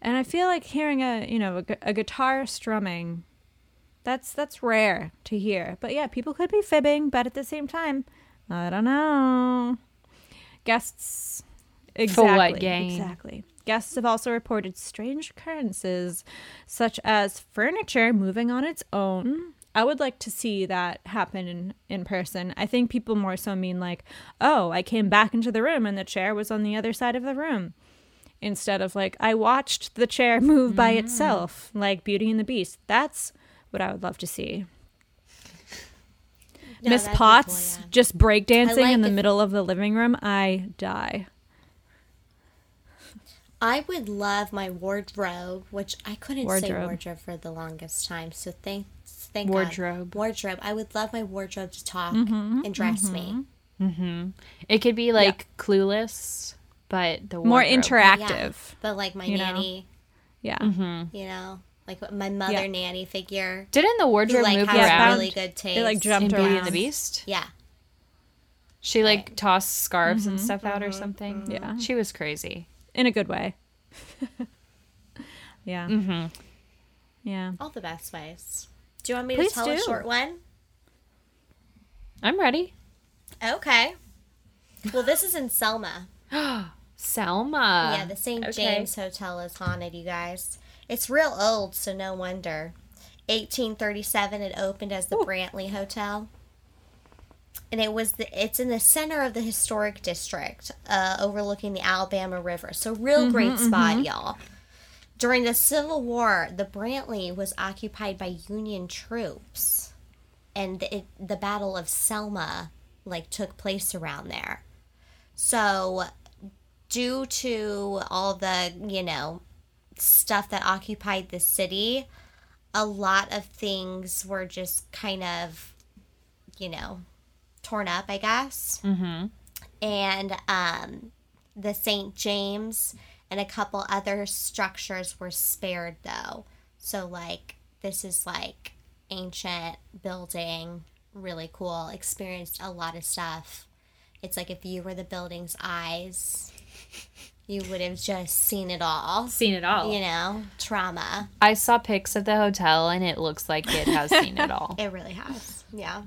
Speaker 1: And I feel like hearing a you know a, gu- a guitar strumming, that's that's rare to hear. But yeah, people could be fibbing, but at the same time, I don't know. Guests, exactly,
Speaker 3: gain?
Speaker 1: exactly. Guests have also reported strange occurrences, such as furniture moving on its
Speaker 2: Mm.
Speaker 1: own. I would like to see that happen in, in person. I think people more so mean like, oh, I came back into the room and the chair was on the other side of the room instead of like I watched the chair move
Speaker 2: Mm.
Speaker 1: by itself, like Beauty and the Beast. That's what I would love to see.
Speaker 2: No,
Speaker 1: Miss
Speaker 2: that'd be cool,
Speaker 1: Potts
Speaker 2: yeah.
Speaker 1: just breakdancing
Speaker 2: I like
Speaker 1: in the
Speaker 2: it.
Speaker 1: middle of the living room. I die.
Speaker 2: I would love my wardrobe, which I couldn't say
Speaker 1: Wardrobe.
Speaker 2: wardrobe for the longest time. So thank, thank God.
Speaker 3: Wardrobe.
Speaker 2: Wardrobe. I would love my wardrobe to talk
Speaker 1: Mm-hmm,
Speaker 2: and dress me.
Speaker 3: It could be like clueless, but the
Speaker 1: More
Speaker 3: wardrobe.
Speaker 1: interactive.
Speaker 2: But like my
Speaker 1: You know?
Speaker 2: nanny,
Speaker 1: Yeah. Mm-hmm.
Speaker 2: you know, like my mother
Speaker 1: Yeah.
Speaker 2: nanny figure.
Speaker 3: Didn't the
Speaker 2: Who
Speaker 3: wardrobe
Speaker 2: like
Speaker 3: move
Speaker 2: has
Speaker 1: Yeah,
Speaker 3: around
Speaker 2: really good taste.
Speaker 1: It like
Speaker 3: in
Speaker 1: jumped
Speaker 3: Beauty
Speaker 1: around.
Speaker 3: and the Beast?
Speaker 2: Yeah.
Speaker 3: She like tossed scarves
Speaker 2: Mm-hmm.
Speaker 3: and stuff out or something.
Speaker 1: Yeah.
Speaker 3: She was crazy.
Speaker 1: in a good way. yeah.
Speaker 3: Mhm.
Speaker 1: Yeah.
Speaker 2: All the best ways. Do you want me
Speaker 1: Please
Speaker 2: to tell a
Speaker 1: do.
Speaker 2: short one?
Speaker 3: I'm ready.
Speaker 2: Okay. Well, this is in Selma.
Speaker 3: Selma.
Speaker 2: yeah, the St.
Speaker 3: okay.
Speaker 2: James Hotel is haunted, you guys. It's real old, so no wonder. 1837, it opened as the Brantley Hotel. And it was the it's in the center of the historic district, uh, overlooking the Alabama River. So real great spot, y'all. During the Civil War, the Brantley was occupied by Union troops, and the, it, the Battle of Selma like took place around there. So, due to all the you know stuff that occupied the city, a lot of things were just kind of you know torn up, I guess. Mm-hmm. And um, the St. James and a couple other structures were spared though. So like this is like ancient building, really cool. Experienced a lot of stuff. It's like if you were the building's eyes, you would have just seen it all.
Speaker 3: Seen it all.
Speaker 2: You know, trauma.
Speaker 3: I saw pics of the hotel and it looks like it has seen it all.
Speaker 2: It really has. Yeah.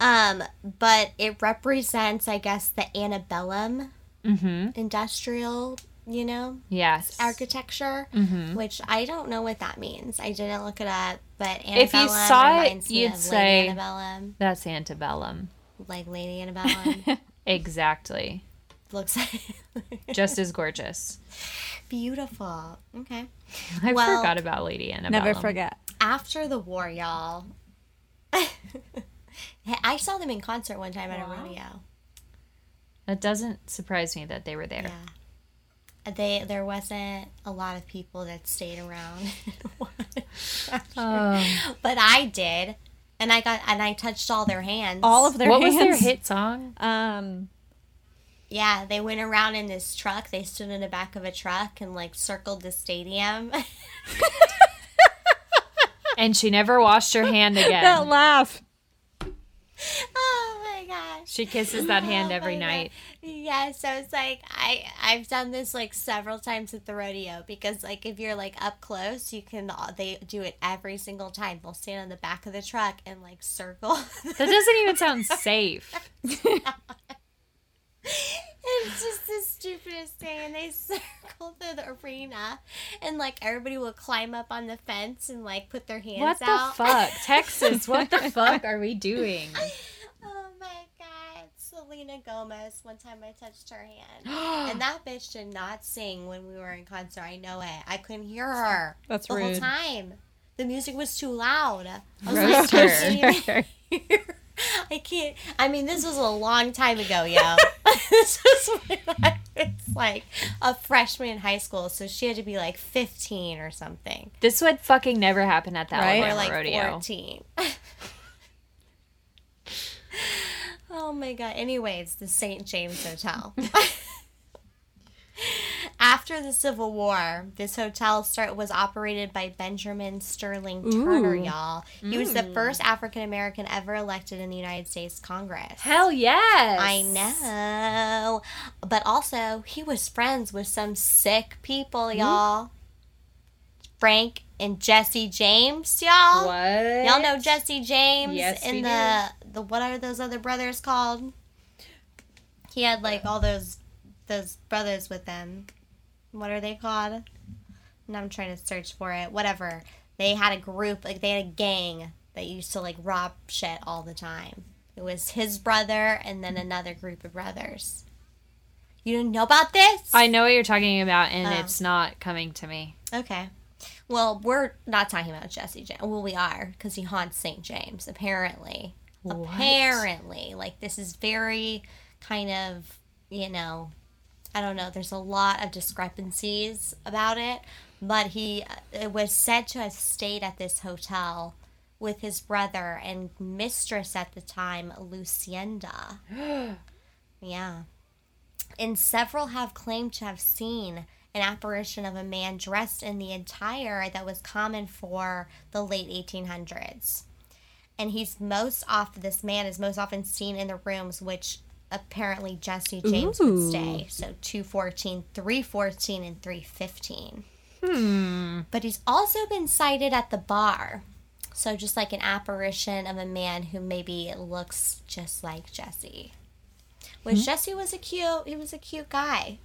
Speaker 2: Um, but it represents, I guess, the antebellum
Speaker 3: Mm-hmm.
Speaker 2: industrial, you know,
Speaker 3: Yes.
Speaker 2: architecture,
Speaker 3: Mm-hmm.
Speaker 2: which I don't know what that means. I didn't look it up, but antebellum
Speaker 3: If you saw it,
Speaker 2: reminds me
Speaker 3: you'd
Speaker 2: of
Speaker 3: say-
Speaker 2: Lady antebellum,
Speaker 3: That's antebellum.
Speaker 2: like Lady antebellum.
Speaker 3: Exactly.
Speaker 2: Looks
Speaker 3: Just as gorgeous.
Speaker 2: beautiful. Okay.
Speaker 3: I
Speaker 2: Well,
Speaker 3: forgot about Lady Annabelle.
Speaker 1: Never forget.
Speaker 2: After the war, y'all. I saw them in concert one time at a rodeo.
Speaker 3: That doesn't surprise me that they were there.
Speaker 2: Yeah. They there wasn't a lot of people that stayed around,
Speaker 3: Oh.
Speaker 2: but I did, and I got and I touched all their hands.
Speaker 1: All of their
Speaker 3: what was
Speaker 1: hands.
Speaker 3: their hit song?
Speaker 1: Um.
Speaker 2: yeah, they went around in this truck. They stood in the back of a truck and like circled the stadium.
Speaker 3: And she never washed her hand
Speaker 1: That
Speaker 3: again.
Speaker 1: laugh.
Speaker 2: oh my gosh.
Speaker 3: She kisses that hand
Speaker 2: Oh
Speaker 3: every
Speaker 2: my God.
Speaker 3: night.
Speaker 2: Yes, I was like, I I've done this like several times at the rodeo because like if you're like up close, you can they do it every single time. They'll stand on the back of the truck and like circle.
Speaker 3: That doesn't even sound safe.
Speaker 2: it's just the stupidest thing, and they circle the, the arena, and like everybody will climb up on the fence and like put their hands
Speaker 3: What the
Speaker 2: out.
Speaker 3: fuck? Texas, what the fuck are we doing?
Speaker 2: Oh my god, Selena Gomez. One time I touched her hand. and that bitch did not sing when we were in concert. I know it. I couldn't hear her
Speaker 1: That's
Speaker 2: the whole
Speaker 1: rude.
Speaker 2: time. The music was too loud. I was like,
Speaker 3: Roaster.
Speaker 2: I can't even hear. I can't. I mean, this was a long time ago, yo. this was when I was like a freshman in high school, so she had to be like 15 or something,
Speaker 3: This would fucking never happen at the
Speaker 1: Right?
Speaker 3: Alabama
Speaker 2: or like
Speaker 3: rodeo.
Speaker 2: 14. oh my god. Anyways, the St. James Hotel. After the Civil War, this hotel start was operated by Benjamin Sterling Turner,
Speaker 1: Ooh.
Speaker 2: y'all. He was the first African American ever elected in the United States Congress.
Speaker 3: Hell yes.
Speaker 2: I know. But also, he was friends with some sick people, y'all. Frank and Jesse James, y'all.
Speaker 3: What?
Speaker 2: Y'all know Jesse James
Speaker 3: Yes, we
Speaker 2: and the the what are those other brothers called? He had like all those those brothers with him. What are they called? And I'm trying to search for it. Whatever. They had a group, like they had a gang that used to like rob shit all the time. It was his brother and then another group of brothers. You didn't know about this?
Speaker 3: I know what you're talking about, and
Speaker 2: Oh.
Speaker 3: it's not coming to me.
Speaker 2: Okay. Well, we're not talking about Jesse James. Well, we are because he haunts St. James, apparently.
Speaker 3: What?
Speaker 2: Apparently. Like, this is very kind of, you know, I don't know. There's a lot of discrepancies about it. But he uh, was said to have stayed at this hotel with his brother and mistress at the time, Lucienda. yeah and several have claimed to have seen an apparition of a man dressed in the attire that was common for the late 1800s. And he's most often, this man is most often seen in the rooms which apparently Jesse James would
Speaker 1: Ooh.
Speaker 2: stay. So 214, 314, and 315. Hmm. But he's also been sighted at the bar. So just like an apparition of a man who maybe looks just like Jesse.
Speaker 3: Hmm?
Speaker 2: Which Jesse was a cute, he was a cute guy.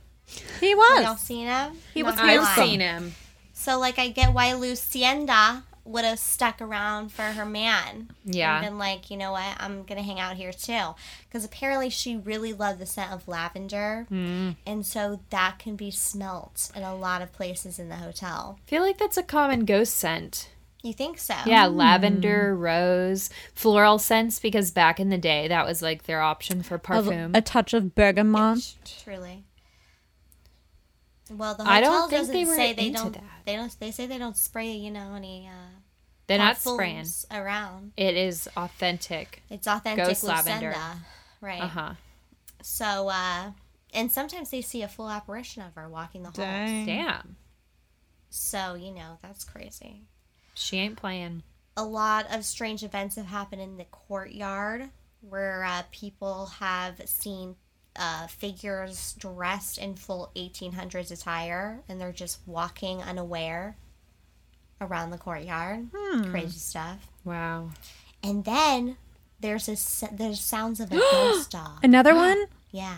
Speaker 1: He
Speaker 2: Y'all
Speaker 1: was.
Speaker 2: seen him?
Speaker 1: He
Speaker 2: Not
Speaker 1: was
Speaker 2: gonna
Speaker 1: I've
Speaker 3: I've
Speaker 1: handsome.
Speaker 2: lie.
Speaker 3: seen
Speaker 1: seen
Speaker 3: him.
Speaker 2: So like I get why Lucienda would have stuck around for her man.
Speaker 3: Yeah.
Speaker 2: And been like, you know what, I'm gonna hang out here too. Because apparently she really loved the scent of lavender.
Speaker 3: Hmm.
Speaker 2: Mm. And so that can be smelt in a lot of places in the hotel.
Speaker 3: I feel like that's a common ghost scent.
Speaker 2: You think so?
Speaker 3: Yeah, lavender, rose, floral scents, because back in the day, that was like their option for
Speaker 1: A,
Speaker 3: parfum.
Speaker 1: a touch of bergamot.
Speaker 2: Truly. Well, the hotel
Speaker 3: I don't think
Speaker 2: doesn't
Speaker 3: they were
Speaker 2: say they
Speaker 3: into
Speaker 2: don't.
Speaker 3: that.
Speaker 2: They don't. They say they don't spray. You know any. Uh,
Speaker 3: They're not
Speaker 2: parfums
Speaker 3: spraying.
Speaker 2: around.
Speaker 3: It is authentic.
Speaker 2: It's authentic
Speaker 3: Ghost
Speaker 2: Lucinda,
Speaker 3: lavender.
Speaker 2: right?
Speaker 3: Uh huh.
Speaker 2: So, uh, and sometimes they see a full apparition of her walking the halls.
Speaker 3: Damn.
Speaker 2: So, you know, that's crazy.
Speaker 3: She ain't playing.
Speaker 2: A lot of strange events have happened in the courtyard where uh, people have seen uh, figures dressed in full 1800s attire and they're just walking unaware around the courtyard.
Speaker 3: Hmm.
Speaker 2: Crazy stuff.
Speaker 3: Wow.
Speaker 2: And then there's a, s- there's sounds of a ghost dog.
Speaker 1: Another one?
Speaker 2: Yeah.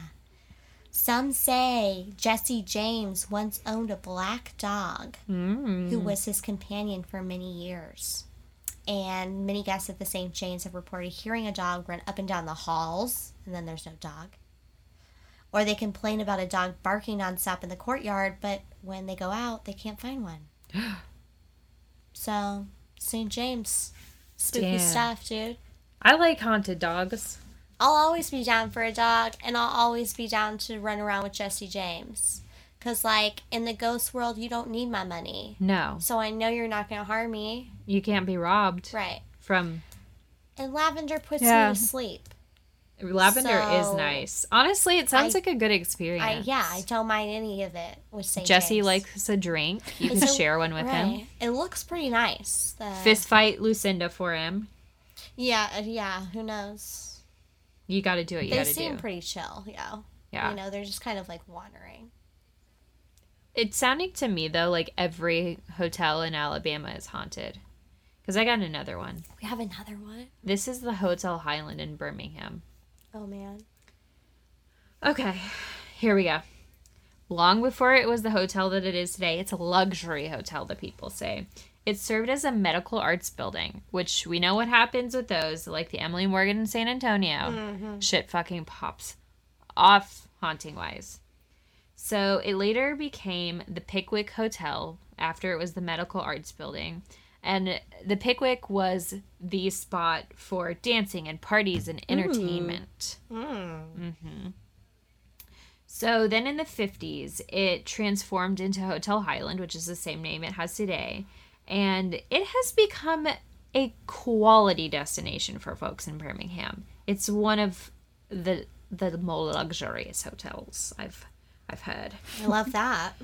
Speaker 2: Some say Jesse James once owned a black dog who was his companion for many years. And many guests at the St. James have reported hearing a dog run up and down the halls, and then there's no dog. Or they complain about a dog barking nonstop in the courtyard, but when they go out, they can't find one. so, St. James, spooky
Speaker 3: Damn.
Speaker 2: stuff, dude.
Speaker 3: I like haunted dogs.
Speaker 2: I'll always be down for a dog, and I'll always be down to run around with Jesse James. Because, like, in the ghost world, you don't need my money.
Speaker 3: No,
Speaker 2: So I know you're not going to harm me.
Speaker 3: you can't be robbed
Speaker 2: Right.
Speaker 3: from
Speaker 2: And lavender puts
Speaker 1: Yeah.
Speaker 2: me to sleep.
Speaker 3: lavender.
Speaker 2: So-
Speaker 3: is nice. Honestly, it sounds
Speaker 2: I-
Speaker 3: like a good experience.
Speaker 2: I, yeah, I don't mind any of it with St.
Speaker 3: Jesse
Speaker 2: James.
Speaker 3: likes a drink. You
Speaker 2: It's
Speaker 3: can
Speaker 2: a-
Speaker 3: share one with him.
Speaker 2: Right. It looks pretty nice. The,
Speaker 3: Fist fight Lucinda for him.
Speaker 2: Yeah, uh, yeah, who knows?
Speaker 3: You got to do what you
Speaker 2: They
Speaker 3: got to
Speaker 2: seem
Speaker 3: do.
Speaker 2: pretty chill, yeah.
Speaker 3: yeah.
Speaker 2: You know, they're just kind of like wandering.
Speaker 3: It's sounding to me though like every hotel in Alabama is haunted. Cuz I got another one.
Speaker 2: We have another one.
Speaker 3: This is the Hotel Highland in Birmingham.
Speaker 2: Oh, man.
Speaker 3: Okay. Here we go. Long before it was the hotel that it is today, it's a luxury hotel the people say. It served as a medical arts building, which we know what happens with those like the Emily Morgan in San Antonio. Shit fucking pops off haunting wise. So it later became the Pickwick Hotel after it was the Medical Arts Building, And the Pickwick was the spot for dancing and parties and entertainment. hmm So then in the 50s, it transformed into Hotel Highland, which is the same name it has today. And it has become a quality destination for folks in Birmingham. It's one of the the more luxurious hotels I've I've heard.
Speaker 2: I love that.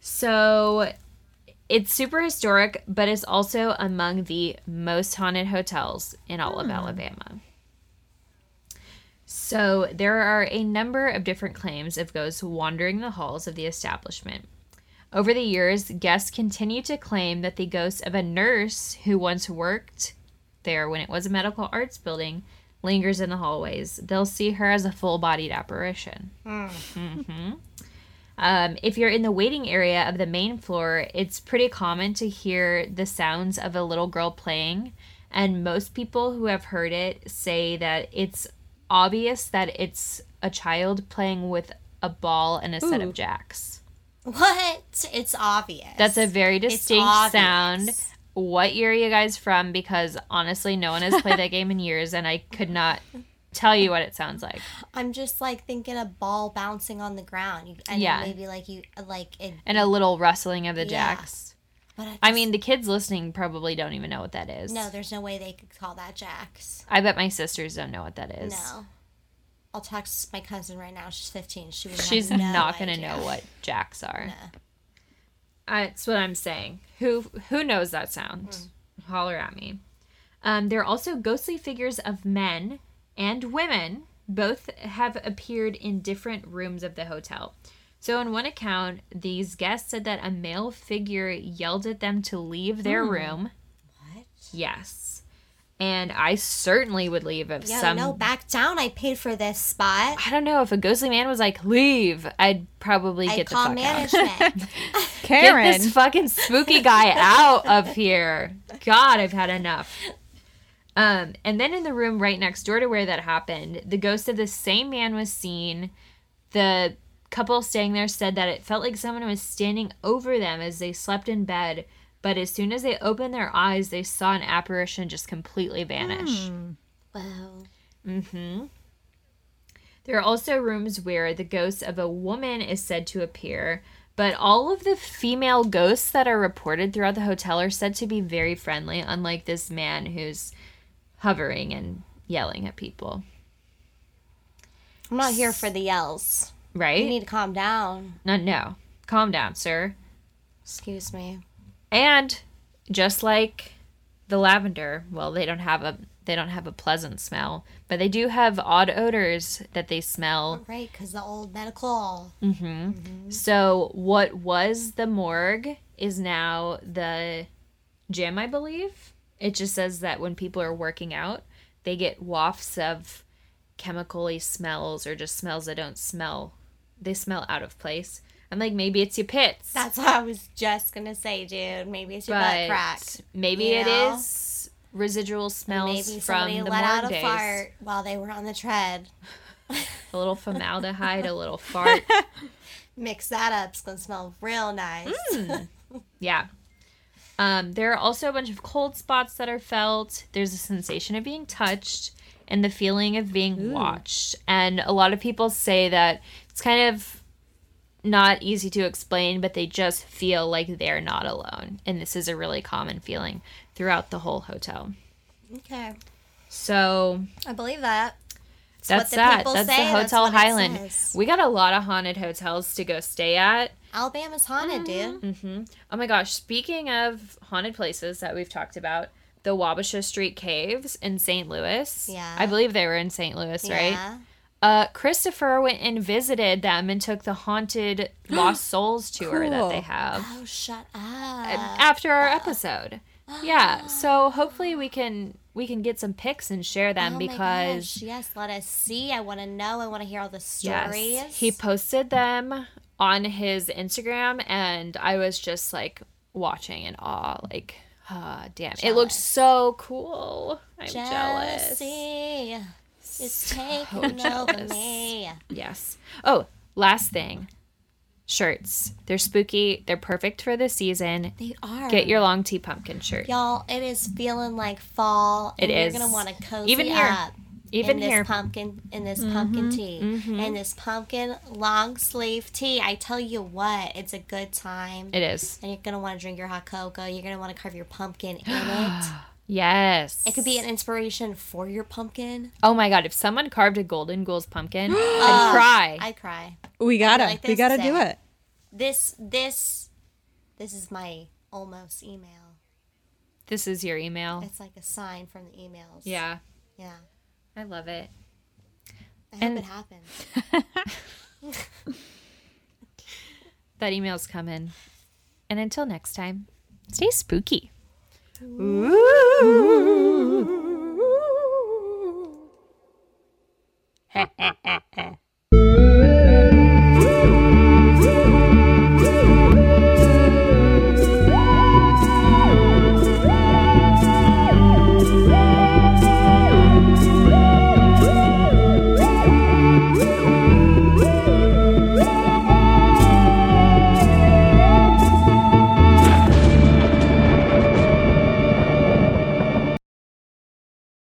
Speaker 3: So it's super historic, but it's also among the most haunted hotels in all of Alabama. So there are a number of different claims of ghosts wandering the halls of the establishment. Over the years, guests continue to claim that the ghost of a nurse who once worked there when it was a medical arts building lingers in the hallways. They'll see her as a full bodied apparition. Um, if you're in the waiting area of the main floor, it's pretty common to hear the sounds of a little girl playing. And most people who have heard it say that it's obvious that it's a child playing with a ball and a set
Speaker 1: Ooh.
Speaker 3: of jacks.
Speaker 2: What? It's obvious.
Speaker 3: That's a very distinct
Speaker 2: obvious.
Speaker 3: sound. What year are you guys from? Because honestly, no one has played that game in years, and I could not tell you what it sounds like.
Speaker 2: I'm just like thinking a ball bouncing on the ground. You- And
Speaker 3: Yeah.
Speaker 2: Maybe like you like it.
Speaker 3: And a little rustling of the
Speaker 2: Yeah.
Speaker 3: jacks.
Speaker 2: But just,
Speaker 3: I mean, the kids listening probably don't even know what that is.
Speaker 2: no, there's no way they could call that jacks.
Speaker 3: I bet my sisters don't know what that is.
Speaker 2: No. I'll text my cousin right now. She's 15. She would have
Speaker 3: She's
Speaker 2: no
Speaker 3: not going to
Speaker 2: idea.
Speaker 3: know what jacks are.
Speaker 2: No.
Speaker 3: That's what I'm saying. Who who knows that sound?
Speaker 2: Mm.
Speaker 3: Holler at me. Um, there are also ghostly figures of men and women. Both have appeared in different rooms of the hotel. So, in one account, these guests said that a male figure yelled at them to leave their room.
Speaker 2: Hmm. What?
Speaker 3: Yes. And I certainly would leave if
Speaker 2: Yo,
Speaker 3: some
Speaker 2: no, back down. I paid for this spot.
Speaker 3: I don't know if a ghostly man was like, leave, I'd probably
Speaker 2: I
Speaker 3: get the
Speaker 2: call
Speaker 3: fuck out.
Speaker 2: management.
Speaker 3: Get
Speaker 1: Karen.
Speaker 3: this fucking spooky guy out of here. God, I've had enough. Um, and then in the room right next door to where that happened, the ghost of the same man was seen. The couple staying there said that it felt like someone was standing over them as they slept in bed, but as soon as they opened their eyes, they saw an apparition just completely vanish.
Speaker 2: Hmm. Whoa.
Speaker 3: Mm-hmm. There are also rooms where the ghost of a woman is said to appear, but all of the female ghosts that are reported throughout the hotel are said to be very friendly, unlike this man who's hovering and yelling at people.
Speaker 2: I'm not here for the yells.
Speaker 3: Right?
Speaker 2: You need to calm down.
Speaker 3: no, no. Calm down, sir.
Speaker 2: Excuse me.
Speaker 3: And just like the lavender, well, they don't have a they don't have a pleasant smell, but they do have odd odors that they smell
Speaker 2: Right, because the old medical.
Speaker 3: So what was the morgue is now the gym, I believe. It just says that when people are working out, they get wafts of chemically smells or just smells that don't smell. They smell out of place. I'm like, maybe it's your pits.
Speaker 2: That's what I was just gonna say, dude. Maybe it's your butt crack.
Speaker 3: maybe
Speaker 2: you
Speaker 3: it
Speaker 2: know?
Speaker 3: is residual smells
Speaker 2: Maybe
Speaker 3: from
Speaker 2: somebody
Speaker 3: the
Speaker 2: let
Speaker 3: morgue
Speaker 2: out a
Speaker 3: days.
Speaker 2: fart while they were on the tread.
Speaker 3: A little formaldehyde, a little fart.
Speaker 2: Mix that up. It's gonna smell real nice.
Speaker 3: Mm. Yeah. Um, there are also a bunch of cold spots that are felt. There's a sensation of being touched and the feeling of being watched. And a lot of people say that it's kind of not easy to explain, but they just feel like they're not alone. And this is a really common feeling throughout the whole hotel.
Speaker 2: Okay,
Speaker 3: So
Speaker 2: I believe that. It's
Speaker 3: that's that.
Speaker 2: people
Speaker 3: That's
Speaker 2: say,
Speaker 3: the Hotel
Speaker 2: what it
Speaker 3: Highland.
Speaker 2: says.
Speaker 3: We got a lot of haunted hotels to go stay at.
Speaker 2: Alabama's haunted, dude.
Speaker 3: hmm Oh my gosh, speaking of haunted places that we've talked about, the Wabasha Street Caves in St. Louis.
Speaker 2: Yeah.
Speaker 3: I believe they were in St. Louis, right?
Speaker 2: Yeah.
Speaker 3: Uh, Christopher went and visited them and took the haunted Lost Souls tour that they
Speaker 1: Cool.
Speaker 3: have
Speaker 2: Oh, shut up.
Speaker 3: after our episode. Yeah, so hopefully we can we can get some pics and share them
Speaker 2: Oh my
Speaker 3: because
Speaker 2: gosh, yes, let us see. I want to know. I want to hear all the stories.
Speaker 3: Yes. He posted them on his Instagram and I was just like watching in awe, like, ah, damn. It looked so cool. I'm jealous.
Speaker 2: Jealousy is taking over
Speaker 3: jealous.
Speaker 2: me.
Speaker 3: Yes. Oh, last thing. shirts. They're spooky. They're perfect for the season.
Speaker 2: They are.
Speaker 3: Get your long tea pumpkin shirt.
Speaker 2: Y'all, it is feeling like fall. And
Speaker 3: It
Speaker 2: you're
Speaker 3: is.
Speaker 2: gonna want to cozy
Speaker 3: Even here.
Speaker 2: up.
Speaker 3: Even
Speaker 2: in this
Speaker 3: here, Mm-hmm.
Speaker 2: pumpkin, in this pumpkin tea, in this pumpkin long sleeve tea. I tell you what, it's a good time.
Speaker 3: it is.
Speaker 2: and you're gonna want to drink your hot cocoa. You're gonna want to carve your pumpkin in it.
Speaker 3: Yes.
Speaker 2: It could be an inspiration for your pumpkin.
Speaker 3: Oh my god, if someone carved a golden ghouls pumpkin, I'd cry.
Speaker 2: I cry.
Speaker 1: We gotta,
Speaker 2: like
Speaker 1: we
Speaker 2: this
Speaker 1: gotta
Speaker 2: set.
Speaker 1: do it.
Speaker 2: This, this, this is my almost email.
Speaker 3: this is your email.
Speaker 2: It's like a sign from the emails.
Speaker 3: Oh. Yeah.
Speaker 2: yeah.
Speaker 3: I love it.
Speaker 2: I hope
Speaker 3: And-
Speaker 2: it happens.
Speaker 3: That email's coming. And until next time, stay spooky.